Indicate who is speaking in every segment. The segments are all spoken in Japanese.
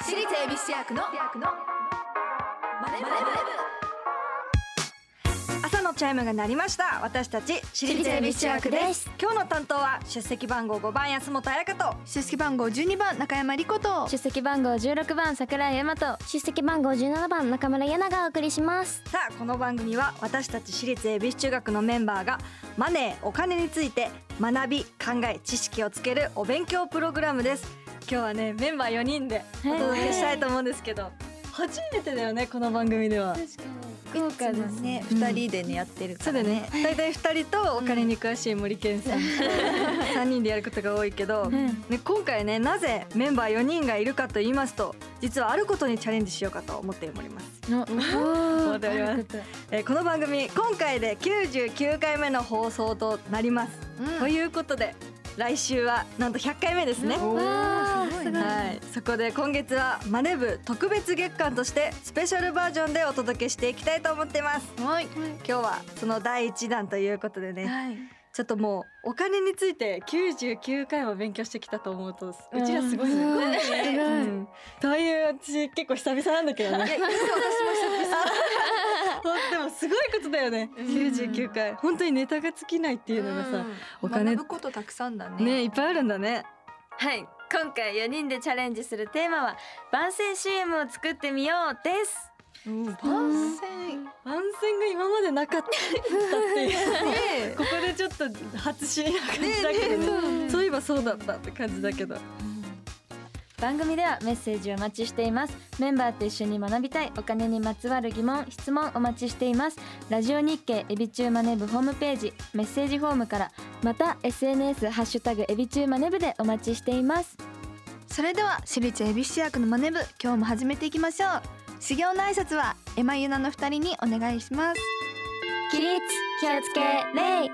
Speaker 1: 私立恵比寿役のマネ
Speaker 2: 朝のチャイムが鳴りました私たち私立恵比寿中学です今日の担当は出席番号5番安本彩香と
Speaker 1: 出席番号12番中山理子と
Speaker 3: 出席番号16番桜井大和出席番号17番中村ゆながお送りします
Speaker 2: さあこの番組は私たち私立恵比寿中学のメンバーがマネーお金について学び考え知識をつけるお勉強プログラムです今日はねメンバー4人でお届けしたいと思うんですけど、初めてだよねこの番組では
Speaker 1: 豪華ですね2人でねやってる
Speaker 2: そうだね大体2人とお金に詳しい森健さん3人でやることが多いけど、ね、今回ねなぜメンバー4人がいるかと言いますと実はあることにチャレンジしようかと思っております。思っておりますえーこの番組今回で99回目の放送となります。ということで来週はなんと100回目ですね。
Speaker 3: わー
Speaker 2: はい、そこで今月はマネブ特別月間としてスペシャルバージョンでお届けしていきたいと思ってます
Speaker 1: はい
Speaker 2: 今日はその第一弾ということでね、ちょっともうお金について99回も勉強してきたと思うとうちらすごいね、
Speaker 3: うん
Speaker 2: うん
Speaker 3: 偉い
Speaker 2: という私結構久々なんだけどね私も久 々でもすごいことだよね99回本当にネタが尽きないっていうのがさ、お金
Speaker 1: 学ぶことたくさんだね
Speaker 2: ねいっぱいあるんだね
Speaker 4: はい今回4人でチャレンジするテーマは番宣 CM を作ってみようです
Speaker 1: 番宣
Speaker 2: 番宣が今までなかったっていうここでちょっと初知りな感じだけどねそういえばそうだったって感じだけど
Speaker 4: 番組ではメッセージをお待ちしていますメンバーと一緒に学びたいお金にまつわる疑問質問お待ちしていますラジオ日経エビチューマネブホームページメッセージフォームからまた SNS ハッシュタグエビチューマネブでお待ちしています
Speaker 1: それでは私立恵比寿役のマネ部今日も始めていきましょう修行の挨拶はエマユナの二人にお願いします
Speaker 3: 起立気をつけ礼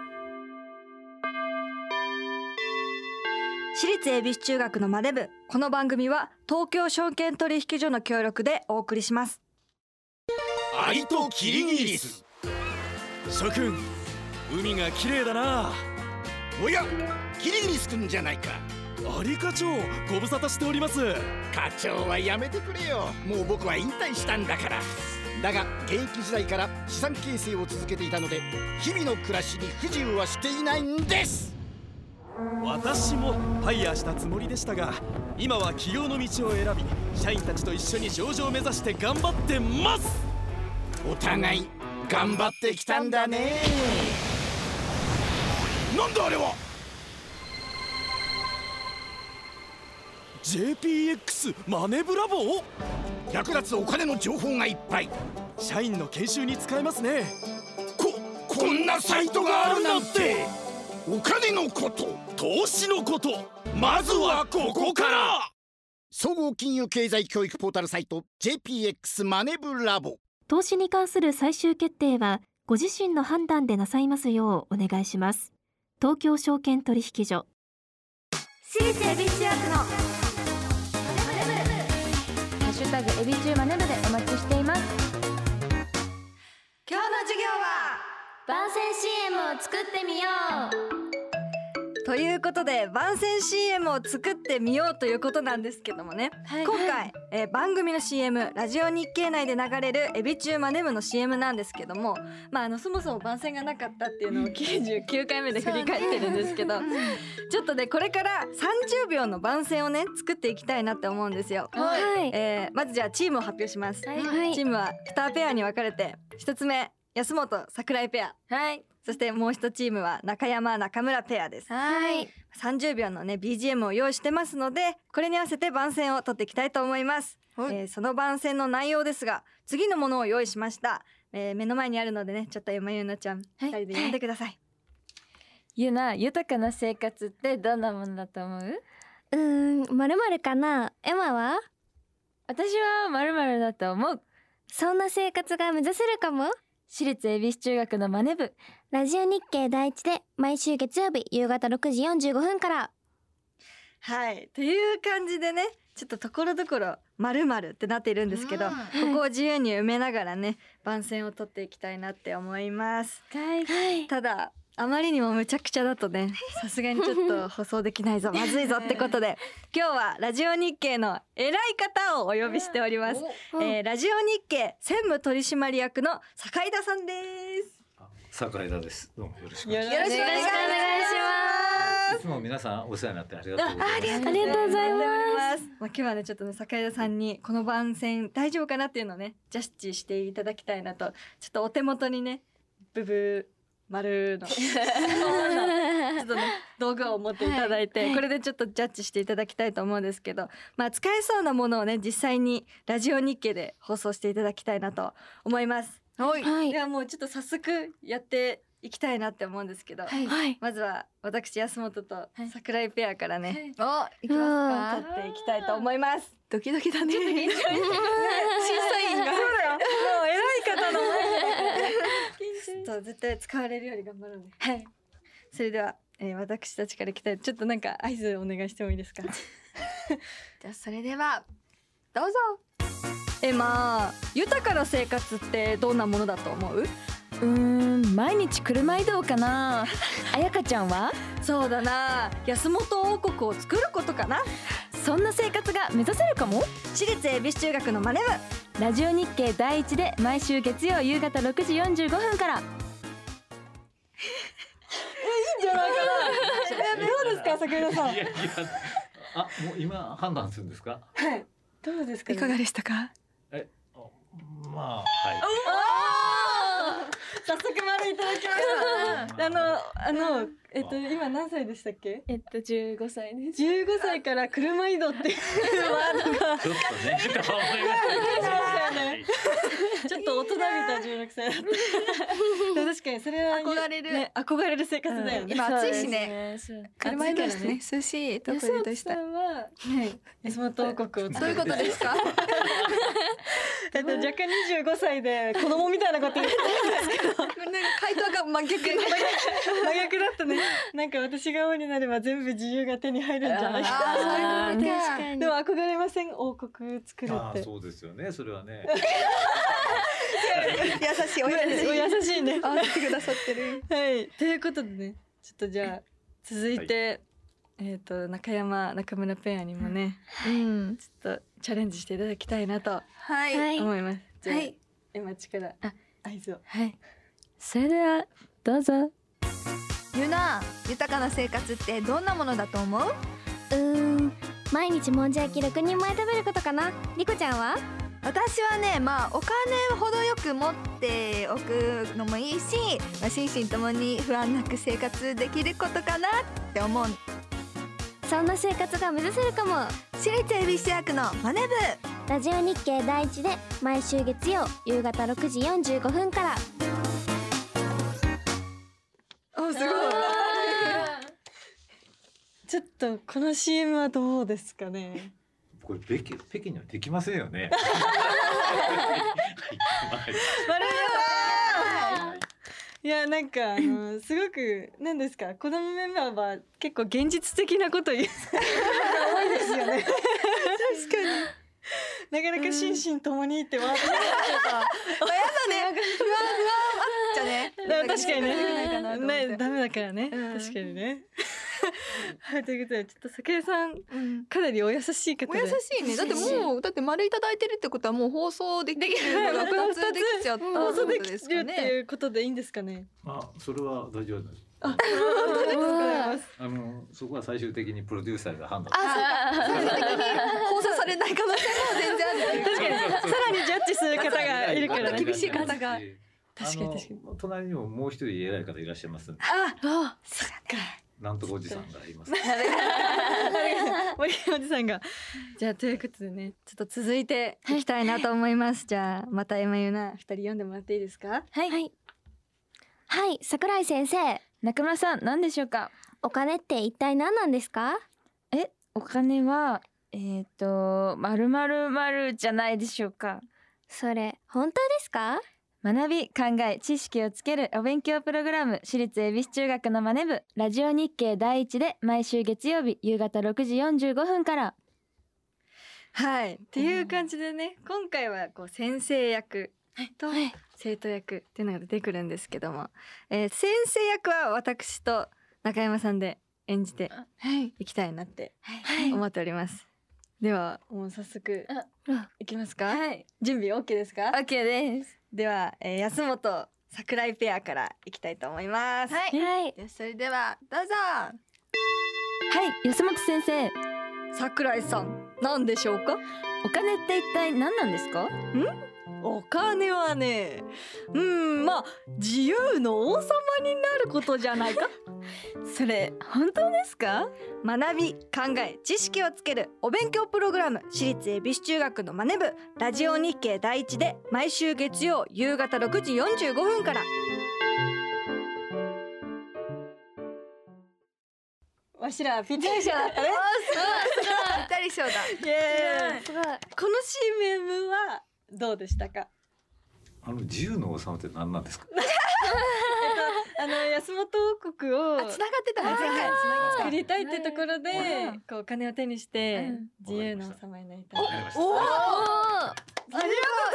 Speaker 2: 私立恵比寿中学のマネ部この番組は東京証券取引所の協力でお送りします
Speaker 5: アリとキリギリス
Speaker 6: 諸君海が綺麗だな
Speaker 5: おやキリギリスくんじゃないか
Speaker 6: アリ課長ご無沙汰しております
Speaker 5: 課長はやめてくれよもう僕は引退したんだからだが現役時代から資産形成を続けていたので日々の暮らしに不自由はしていないんです
Speaker 6: 私もファイヤーしたつもりでしたが今は起業の道を選び社員たちと一緒に上場を目指して頑張ってます
Speaker 5: お互い頑張ってきたんだねなんだあれは
Speaker 6: JPX マネブラボ
Speaker 5: 役立つお金の情報がいっぱい
Speaker 6: 社員の研修に使えますね
Speaker 5: ここんなサイトがあるなんてお金のこと
Speaker 6: 投資のことまずはここから
Speaker 5: 総合金融経済教育ポータルサイト JPX マネブラボ
Speaker 7: 投資に関する最終決定はご自身の判断でなさいますようお願いします東京証券取引所
Speaker 3: 私立恵比寿中学の
Speaker 4: ハッシュタグエビチューマネブでお待ちしています
Speaker 2: 今日の授業は
Speaker 3: 番宣 CM を作ってみよう
Speaker 2: ということで番宣 CM を作ってみようということなんですけどもね、今回、えー番組の CM ラジオ日経内で流れるエビチューマネムの CM なんですけどもまああのそもそも番宣がなかったっていうのを99回目で振り返ってるんですけど、ちょっとねこれから30秒の番宣をね作っていきたいなって思うんですよ。
Speaker 3: はい
Speaker 2: えーまずじゃあチームを発表します、
Speaker 3: いはい
Speaker 2: チームは2ペアに分かれて1つ目安本桜井ペア
Speaker 4: はい
Speaker 2: そしてもう1チームは中山中村ペアです
Speaker 3: はい
Speaker 2: 30秒のね BGM を用意してますのでこれに合わせて番宣を取っていきたいと思います、えーその番宣の内容ですが次のものを用意しました、えー目の前にあるのでねちょっとエマユナちゃん、
Speaker 4: はい
Speaker 2: 2人で読んでください、
Speaker 4: ゆな豊かな生活ってどんなものだと思う
Speaker 3: うーんまるまるかなエマは
Speaker 4: 私はまるまるだと思う
Speaker 3: そんな生活が目指せるかも
Speaker 4: 私立恵比寿中学のマネ部
Speaker 3: ラジオ日経第一で毎週月曜日夕方6時45分から
Speaker 2: はいという感じでねちょっとところどころ〇〇ってなっているんですけど、ここを自由に埋めながらね番宣を取っていきたいなって思います
Speaker 4: はい
Speaker 2: ただあまりにもむちゃくちゃだとねさすがにちょっと放送できないぞまずいぞってことで今日はラジオ日経の偉い方をお呼びしております、えーラジオ日経専務取締役の坂井田さんです
Speaker 8: 桜枝です。どうもよろしくお
Speaker 2: よ
Speaker 8: 願いし
Speaker 2: ろしくお願いします
Speaker 8: ます。いつも皆さんお世話になってありがとうございます。
Speaker 3: ありがとうございます
Speaker 2: ます。まあ今日はねちょっとね坂井田さんにこの番宣大丈夫かなっていうのをねジャッジしていただきたいなとちょっとお手元にねブブー丸 のちょっとね道具を持っていただいて、
Speaker 3: はい
Speaker 2: これでちょっとジャッジしていただきたいと思うんですけど、まあ使えそうなものをね実際にラジオ日経で放送していただきたいなと思います。はい
Speaker 3: はい
Speaker 2: ではもうちょっと早速やっていきたいなって思うんですけど、
Speaker 3: はい
Speaker 2: まずは私安本と桜井ペアからね、
Speaker 1: お、いき
Speaker 3: う
Speaker 1: ますか
Speaker 3: ん。
Speaker 2: 撮っていきたいと思います。
Speaker 1: ドキドキだね。
Speaker 2: 審査員が。そうだよ。もう偉い方の。ちょっと絶対使われるように頑張ろうね。はい。それでは、えー、私たちから来たい。ちょっとなんか合図お願いしてもいいですか。
Speaker 1: じゃあそれではどうぞ。
Speaker 2: えまあ豊かな生活ってどんなものだと思う？
Speaker 4: うーん毎日車移動かなあやかちゃんは
Speaker 2: そうだな。安本王国を作ることかな。
Speaker 4: そんな生活が目指せるかも
Speaker 2: 私立恵比寿中学のマネ部。
Speaker 4: ラジオ日経第一で毎週月曜夕方6時45分から
Speaker 2: えどうですか桜田さん。
Speaker 8: いやいや、あ、もう今判断するんですか。
Speaker 2: はい。どうですか、
Speaker 1: いかがでしたか。
Speaker 8: あまあ、は
Speaker 2: 早速丸いただきました。あの、あの、えっと、今何歳でしたっけ。
Speaker 9: えっと15歳です。
Speaker 2: 十五歳から車移動っていうワードが
Speaker 8: い。 ちょっとね、ちょっと思い
Speaker 2: ねちょっと大人びた十六歳だった。確かにそれは
Speaker 1: 憧れる
Speaker 2: ね、憧れる生活だよね。
Speaker 1: 今暑いしね。
Speaker 9: ね。そう
Speaker 1: 車移動してね、涼しいとこ移動した
Speaker 2: さ。んは、はい、安本王国を
Speaker 1: どういうことですか。
Speaker 2: えっと、若干二十五歳で子供みたいなこと言ってた
Speaker 1: 回答が真逆。
Speaker 2: 真逆だったね。なんか私が王になれば全部自由が手に入るんじゃないか。
Speaker 1: あーそういうことか
Speaker 2: でも憧れません王国作る
Speaker 8: ま
Speaker 2: っ
Speaker 8: す。あ、
Speaker 2: て。
Speaker 8: そうですよね。それはね。
Speaker 1: 優しいお
Speaker 2: お
Speaker 1: 優しい。
Speaker 2: 優しい ね。
Speaker 1: あ、会ってくださってる。
Speaker 2: はい、ということでね、ちょっとじゃあ、続いて、えっ、と、中山中村ペアにもね。
Speaker 1: うん。
Speaker 2: ちょっとチャレンジしていただきたいなと
Speaker 1: はい。
Speaker 3: はい
Speaker 2: 思います。じゃあ、
Speaker 1: はい
Speaker 2: 今力、あ
Speaker 4: あ、
Speaker 2: 合図を。
Speaker 4: はいそれではどうぞ
Speaker 1: ゆな、豊かな生活ってどんなものだと思う。
Speaker 3: うーん毎日もんじゃ焼き6人前食べることかなリコちゃんは
Speaker 1: 私はねまあお金ほどよく持っておくのもいいし、まあ、心身ともに不安なく生活できることかなって思う
Speaker 3: そんな生活が目指せるかも
Speaker 1: 私立恵比寿役のマネ部
Speaker 3: ラジオ日経第一で毎週月曜夕方6時45分から
Speaker 2: あ、すごい。ちょっとこの CM はどうですかね。
Speaker 8: これ北京北京にはできませんよ ね。
Speaker 2: 丸山さんいやなんかあ のすごく何ですか子供メンバーは結構現実的なこと言う多いですよね確かになかなか心身ともにってワードが
Speaker 1: じゃね
Speaker 2: だから確かに
Speaker 1: なんかなんか
Speaker 2: ねねダメだからね、
Speaker 1: うん
Speaker 2: 確かにねはいということでちょっと酒井さん
Speaker 1: うん
Speaker 2: かなりお優しい方
Speaker 1: お
Speaker 2: で
Speaker 1: 優しいねだってもうだって丸いただいてるってことはもう放送できるのが2つできちゃった
Speaker 2: 放送で
Speaker 1: ってことです
Speaker 2: きる
Speaker 1: か
Speaker 2: って
Speaker 1: ね
Speaker 2: いうことでいいんですか ね
Speaker 8: まあ、それは大丈夫です。
Speaker 2: ありがとうございます
Speaker 8: あの、そこは最終的にプロデューサーが判断。
Speaker 1: 最終的に放送されない可能性も全然あるっていう
Speaker 2: 確かにさらにジャッジする方がいるからね
Speaker 1: 厳しい方が
Speaker 2: 確かに確かに
Speaker 8: あの隣にももう一人偉い方いらっしゃいますんで
Speaker 2: あそっか
Speaker 8: なんとかおじさんがい ます
Speaker 2: 森山おじさんが。じゃあということでね、ちょっと続いていきたいなと思います。じゃあまた今ゆな二人読んでもらっていいですか？
Speaker 3: はいはい、はい、桜井先生
Speaker 4: 中村さん何でしょうか
Speaker 3: お金って一体何なんですか
Speaker 4: えお金はえっ、ー、とまるまるまるじゃないでしょうか
Speaker 3: それ本当ですか
Speaker 4: 学び考え知識をつけるお勉強プログラム私立恵比寿中学のマネ部ラジオ日経第一で毎週月曜日夕方6時45分から
Speaker 2: はい。っていう感じでね、今回はこう先生役と、生徒役っていうのが出てくるんですけども、えー先生役は私と中山さんで演じて
Speaker 4: はい
Speaker 2: いきたいなって
Speaker 4: はい
Speaker 2: 思っております。ではもう早速
Speaker 3: うん
Speaker 2: いきますか。準備 OK ですか
Speaker 4: オ？ッケーです
Speaker 2: では、えー、安本桜井ペアからいきたいと思います。
Speaker 1: はい
Speaker 3: はい
Speaker 1: よしそれではどうぞ
Speaker 4: はい安本先生
Speaker 2: 桜井さん何でしょうか？
Speaker 4: お金って一体何なんですか
Speaker 2: お金はね、うんまあ自由の王様になることじゃないか。
Speaker 4: それ本当ですか
Speaker 2: 学び考え知識をつけるお勉強プログラム私立恵比寿中学のマネ部ラジオ日経第一で毎週月曜夕方6時45分からわしらぴったりじゃなったね
Speaker 1: ぴったり賞だ
Speaker 2: イエーイ
Speaker 3: すごい
Speaker 2: この CM はどうでしたか
Speaker 8: あの自由の王様って何なんですか
Speaker 2: あの安本王国を
Speaker 1: あ繋がってたね前回
Speaker 2: 作
Speaker 1: 繋げて
Speaker 2: りたいってところで
Speaker 3: はい
Speaker 2: こうお金を手にして
Speaker 4: うん
Speaker 2: 自由の王様になりたい
Speaker 8: わかりました
Speaker 1: お
Speaker 3: お
Speaker 1: たあれは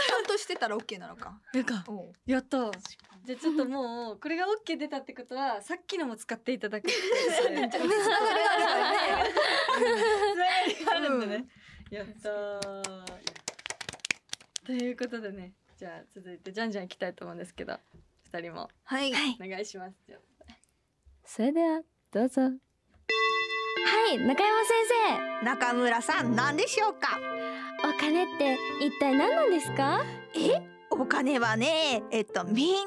Speaker 1: ちゃんとしてたら OK なのか
Speaker 2: なんか
Speaker 1: おう
Speaker 2: やったじゃあちょっともうこれが OK 出たってことはさっきのも使っていただくつ ながりがあるんでね、やったーということでねじゃあ続いてじゃんじゃんいきたいと思うんですけど二人も
Speaker 1: はい
Speaker 2: お願いしますじゃ
Speaker 4: それではどうぞ
Speaker 3: はい中山先
Speaker 1: 中村さん何でしょうか
Speaker 3: 生お金って一体何なんですか
Speaker 1: えお金はねえっとみんな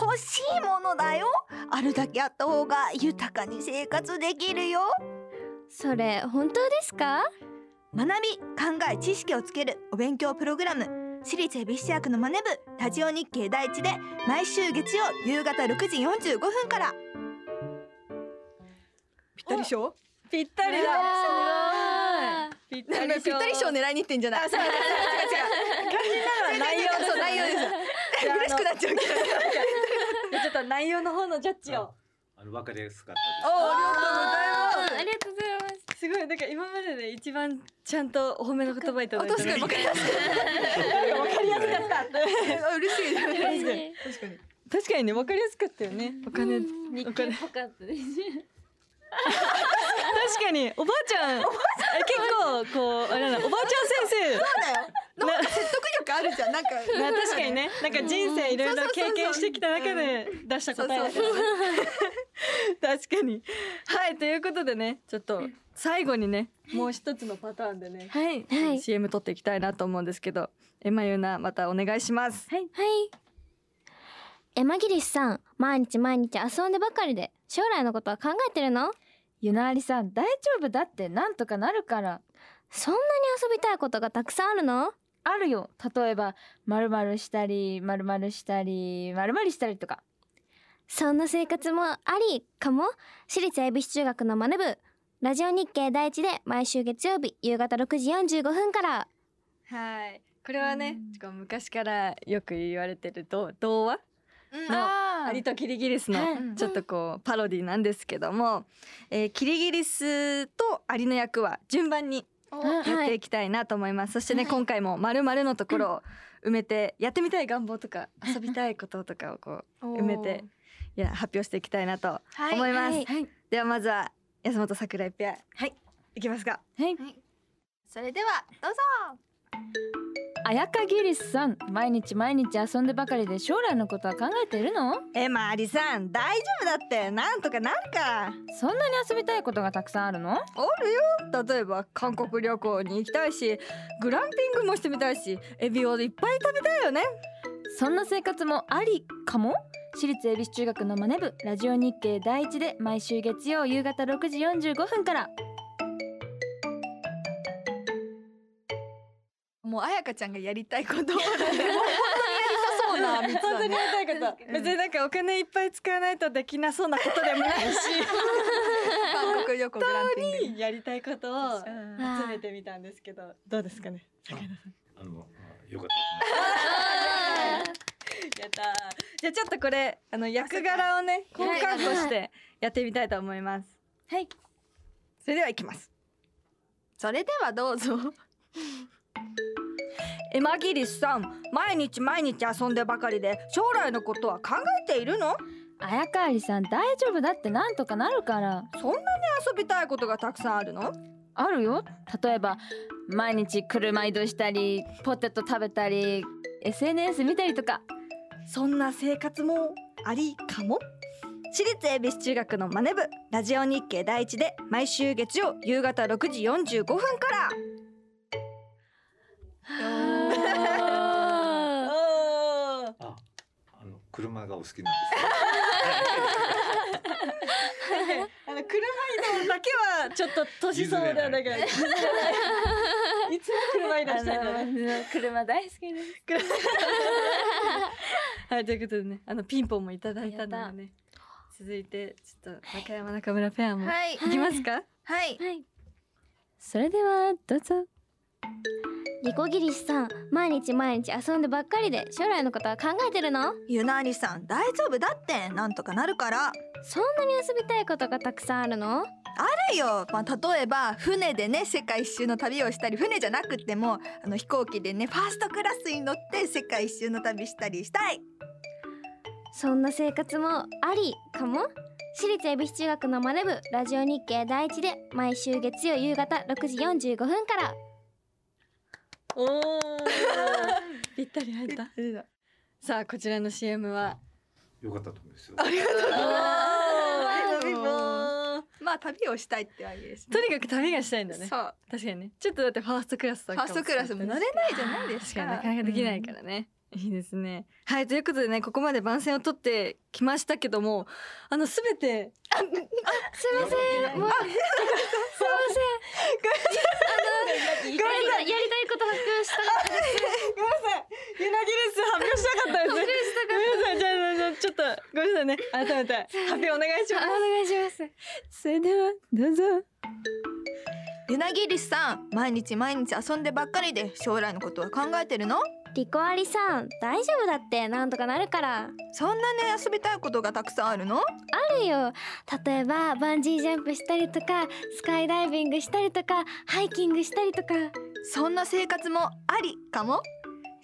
Speaker 1: 欲しいものだよあるだけあった方が豊かに生活できるよ
Speaker 3: それ本当ですか
Speaker 1: 学び考え知識をつけるお勉強プログラム私立恵比寿中学のマネ部ラジオ日経第一で毎週月曜夕方6時45分から ぴったり賞
Speaker 2: あぴったりだぴっ
Speaker 1: ぴったり賞
Speaker 2: ね
Speaker 1: 狙いに行ってんじゃないあそう違う違う違う内容そう内容です
Speaker 2: じゃあ
Speaker 1: 嬉しくなっちゃうけど
Speaker 2: ちょっと内容の方のジャッジを
Speaker 8: あの分かりやすかった
Speaker 2: お ありがとうございます
Speaker 3: ありがとうございます
Speaker 2: すごいなんか今までで一番ちゃんとお褒めの言葉いただいた
Speaker 1: 確かに分かりやす
Speaker 8: です分 かりやすかった
Speaker 1: 嬉しい
Speaker 3: 嬉し
Speaker 1: ね
Speaker 3: い
Speaker 1: 確かに
Speaker 2: 確かにね分かりやすかったよねお金、
Speaker 3: 日
Speaker 2: お金
Speaker 3: 記っぽかったです
Speaker 2: 確かにおばあちゃんえ結構こうあれだなおばあちゃん先
Speaker 1: そうだよなんか説得力あるじゃんなんか
Speaker 2: 生な確かにねなんか人生いろいろ経験してきた中で出した
Speaker 1: そう
Speaker 2: 答え
Speaker 1: そう
Speaker 2: だ
Speaker 1: そう
Speaker 2: から確かにはいということでねちょっと最後にねもう一つのパターンでね、
Speaker 4: はい
Speaker 3: はい
Speaker 2: CM 撮っていきたいなと思うんですけどエマユナまたお願いします
Speaker 3: はい。エマギリスさん、毎日毎日遊んでばかりで、将来のことは考えてるの
Speaker 4: ゆなありさん大丈夫だってなんとかなるから
Speaker 3: そんなに遊びたいことがたくさんあるの
Speaker 4: あるよ例えば丸々したり丸々したり丸々したりとか
Speaker 3: そんな生活もありかも。私立恵比寿中学のマネ部、ラジオ日経第一で毎週月曜日夕方6時45分から。
Speaker 2: はいこれはね、こう昔からよく言われてる童童話の「アリとキリギリス」の
Speaker 3: はい
Speaker 2: ちょっとこうパロディなんですけども、えーキリギリスとアリの役は順番にやっていきたいなと思います、そしてね、今回も「まるのところを埋めて、やってみたい願望とか遊びたいこととかをこう埋めていや発表していきたいなと思います、
Speaker 3: はい
Speaker 4: はい
Speaker 2: ではまずは安本桜井ペアはいいきますか
Speaker 4: はい
Speaker 1: それではどうぞ
Speaker 4: あやかギリスさん毎日毎日遊んでばかりで将来のことは考えているの
Speaker 2: エマアリさん大丈夫だってなんとかなるか
Speaker 4: そんなに遊びたいことがたくさんあるの
Speaker 2: あるよ例えば韓国旅行に行きたいしグランピングもしてみたいしエビをいっぱい食べたいよね
Speaker 4: そんな生活もありかも私立恵比寿中学のマネ部ラジオ日経第一で毎週月曜夕方6時45分から
Speaker 1: もう彩香ちゃんがやりたい ことをね
Speaker 2: そうな
Speaker 1: 三つはね
Speaker 2: 本当にやりたいこと別になんかお金いっぱい使わないとできなそうなことでもない
Speaker 1: 韓国旅行グランピング
Speaker 2: しやり たいことを
Speaker 3: 集め
Speaker 2: てみたんですけどどうですかね
Speaker 8: あのまあよかったですね
Speaker 2: やったーじゃあちょっとこれあの役柄をね交換としてやってみたいと思います
Speaker 4: はい
Speaker 2: それではいきます
Speaker 1: それではどうぞ
Speaker 2: 今桐さん毎日毎日遊んでばかりで将来のことは考えているの
Speaker 4: 綾川りさん大丈夫だってなんとかなるから
Speaker 2: そんなに遊びたいことがたくさんあるの
Speaker 4: あるよ例えば毎日車移動したりポテト食べたり SNS 見たりとか
Speaker 2: そんな生活もありかも私立恵比寿中学のマネ部ラジオ日経第一で毎週月曜夕方6時45分から
Speaker 8: あ、あの車がお好きなんですね。
Speaker 2: あの車移動だけはちょっと年相応ではないから。いつも車移動したいのね。
Speaker 4: 車大好きです
Speaker 2: はい、ということでね、あのピンポンもいただいたんだよね。続いて、ちょっと中山中村ペアも。
Speaker 1: はい
Speaker 2: いきますか。
Speaker 1: はい
Speaker 4: それではどうぞ
Speaker 3: リコギリスさん毎日毎日遊んでばっかりで将来のことは考えてるの
Speaker 1: ゆなりさん大丈夫だってなんとかなるから
Speaker 3: そんなに遊びたいことがたくさんあるの
Speaker 1: だよ、まあ、例えば船でね世界一周の旅をしたり船じゃなくてもあの飛行機でねファーストクラスに乗って世界一周の旅したりしたい
Speaker 3: そんな生活もありかも私立恵比寿中学のマネ部ラジオ日経第一で毎週月曜夕方6時45分から
Speaker 2: おお。 ぴったり入った。さあ、こちらの CM は。
Speaker 8: よかったと思うんですよ。
Speaker 1: ピンポンピンポまあ旅をしたいってわけです
Speaker 2: と
Speaker 1: ね
Speaker 2: にかく旅がしたいんだね。
Speaker 1: そう
Speaker 2: 確かにね。ちょっとだってファーストクラスと
Speaker 1: フ
Speaker 2: か
Speaker 1: ァー
Speaker 2: も
Speaker 1: ストクラスも乗れないじゃないです
Speaker 2: 確か
Speaker 1: か
Speaker 2: になかなかできないからね、いいですねはいということでねここまで番宣を取ってきましたけどもあのすべて
Speaker 3: すいませんもうすいませんごめんなさいやりたいこと発表したかったです
Speaker 2: ごめんなさいユナギルス発表した かったですごめんなさいじゃあじゃあちょっとごめんなさいね改 めて発表お願いしま
Speaker 3: あお願いします
Speaker 2: すそれではどうぞ
Speaker 1: ユナギリスさん毎日毎日遊んでばっかりで将来のことは考えてるの
Speaker 3: リコアリさん大丈夫だってなんとかなるから
Speaker 1: そんなね遊びたいことがたくさんあるの
Speaker 3: あるよ例えばバンジージャンプしたりとかスカイダイビングしたりとかハイキングしたりとか
Speaker 1: そんな生活もありかも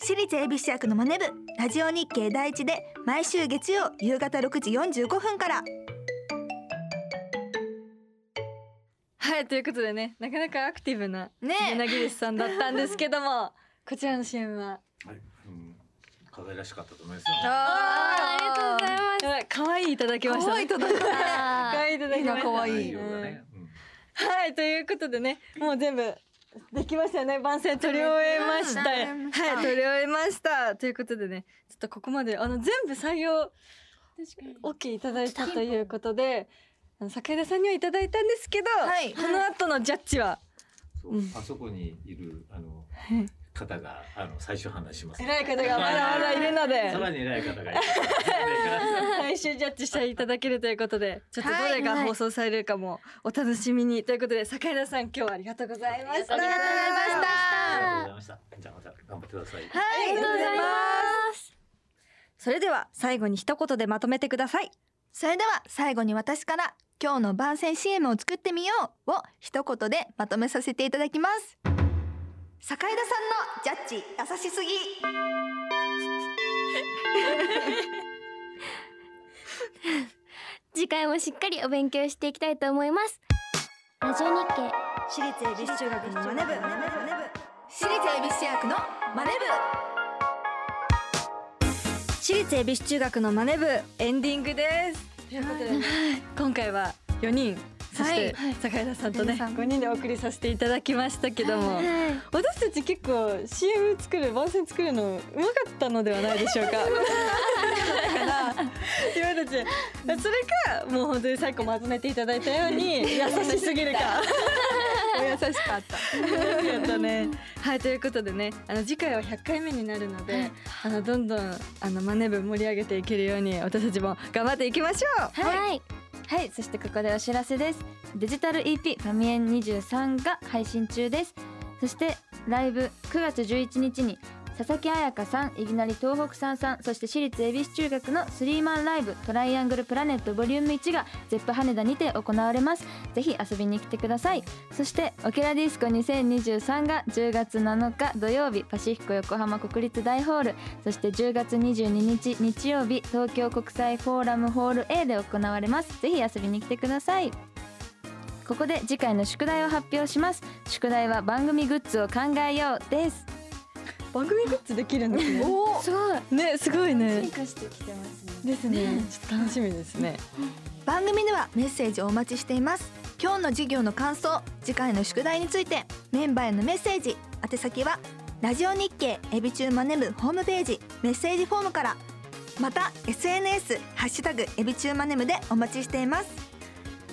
Speaker 1: 私立恵比寿役のマネ部ラジオ日経第一で毎週月曜夕方6時45分から
Speaker 2: はいということでねなかなかアクティブな
Speaker 1: ね
Speaker 2: ユナギルスさんだったんですけどもこちらの CM は
Speaker 8: はい、うん、可愛らしかったと思いますよ。
Speaker 1: あー
Speaker 3: ありがとうございます
Speaker 2: やばい可愛いいただきました
Speaker 1: 可愛いとだか
Speaker 2: 可愛いいただ
Speaker 1: い
Speaker 2: きました
Speaker 1: いな可愛い
Speaker 8: 内容がね、うん
Speaker 2: はいということでねもう全部できましたよね番宣取り終えました、
Speaker 1: うん
Speaker 2: はい取り終えましたということでねちょっとここまであの全部採用 OK いただいたということであの坂井田さんにはいただいたんですけど、
Speaker 1: はい
Speaker 2: この後のジャッジは
Speaker 8: そうあそこにいるあの
Speaker 2: い
Speaker 8: 方があの最初話します。
Speaker 2: 偉い方がまだまだいるので
Speaker 8: さらに偉い方 がいる。
Speaker 2: 最終ジャッジしていただけるということでちょっとどれが放送されるかもお楽しみに、ということで坂井田さん今日はありがとうございました
Speaker 1: ありがとうございました
Speaker 8: ありがとうございました。じゃあまた頑張ってくださ
Speaker 2: あ
Speaker 8: い。
Speaker 2: りがとうございますそれでは最後に一言でまとめてください
Speaker 1: それでは最後に私から今日の番宣 CM を作ってみようを一言でまとめさせていただきます坂井田さんのジャッジ優しすぎ
Speaker 3: 次回もしっかりお勉強していきたいと思いますラジオ日経
Speaker 2: 私立恵比寿中学のマネ部
Speaker 1: 私立恵比寿役のマネブ
Speaker 2: 私立恵比寿中学のマネ部エンディングですということで今回は4人そして坂井田さんとね5人でお送りさせていただきましたけども私たち結構 CM 作る番宣作るのうまかったのではないでしょうかだから今たちそれかもう本当に最後まとめていただいたように優しすぎるか
Speaker 1: 優しかった
Speaker 2: やったね。はいということでね、あの次回は100回目になるので、あのどんどんあのマネ部盛り上げていけるように私たちも頑張っていきましょう。
Speaker 3: はい
Speaker 4: はいそしてここでお知らせですデジタル EP ファミエン23が配信中ですそしてライブ9月11日に佐々木彩香さんいきなり東北さんさんそして私立恵比寿中学のスリーマンライブ「トライアングルプラネットボリューム1がゼップ羽田にて行われますぜひ遊びに来てくださいそして「オケラディスコ2023」が10月7日土曜日パシフィコ横浜国立大ホールそして10月22日日曜日東京国際フォーラムホール A で行われますぜひ遊びに来てくださいここで次回の宿題を発表します宿題は番組グッズを考えようです
Speaker 2: 番組グッズできるんですね
Speaker 1: お
Speaker 4: すごい
Speaker 2: ねすごいね
Speaker 4: 化してきてますね
Speaker 2: ですねちょっと楽しみですね
Speaker 1: 番組ではメッセージをお待ちしています今日の授業の感想次回の宿題についてメンバーへのメッセージ宛先はラジオ日経エビチューマネムホームページメッセージフォームからまた SNS ハッシュタグエビチューマネムでお待ちしています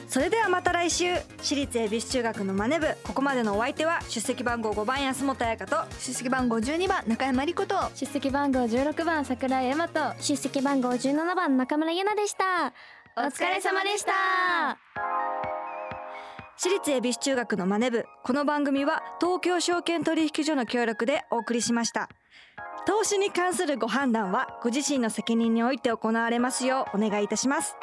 Speaker 2: それではまた来週私立恵比寿中学のマネ部ここまでのお相手は出席番号5番安本彩香と
Speaker 1: 出席番号12番中山理子と
Speaker 4: 出席番号16番桜井絵馬と
Speaker 3: 出席番号17番中村ゆなでしたお疲れ様でした
Speaker 2: 私立恵比寿中学のマネ部この番組は東京証券取引所の協力でお送りしました投資に関するご判断はご自身の責任において行われますようお願いいたします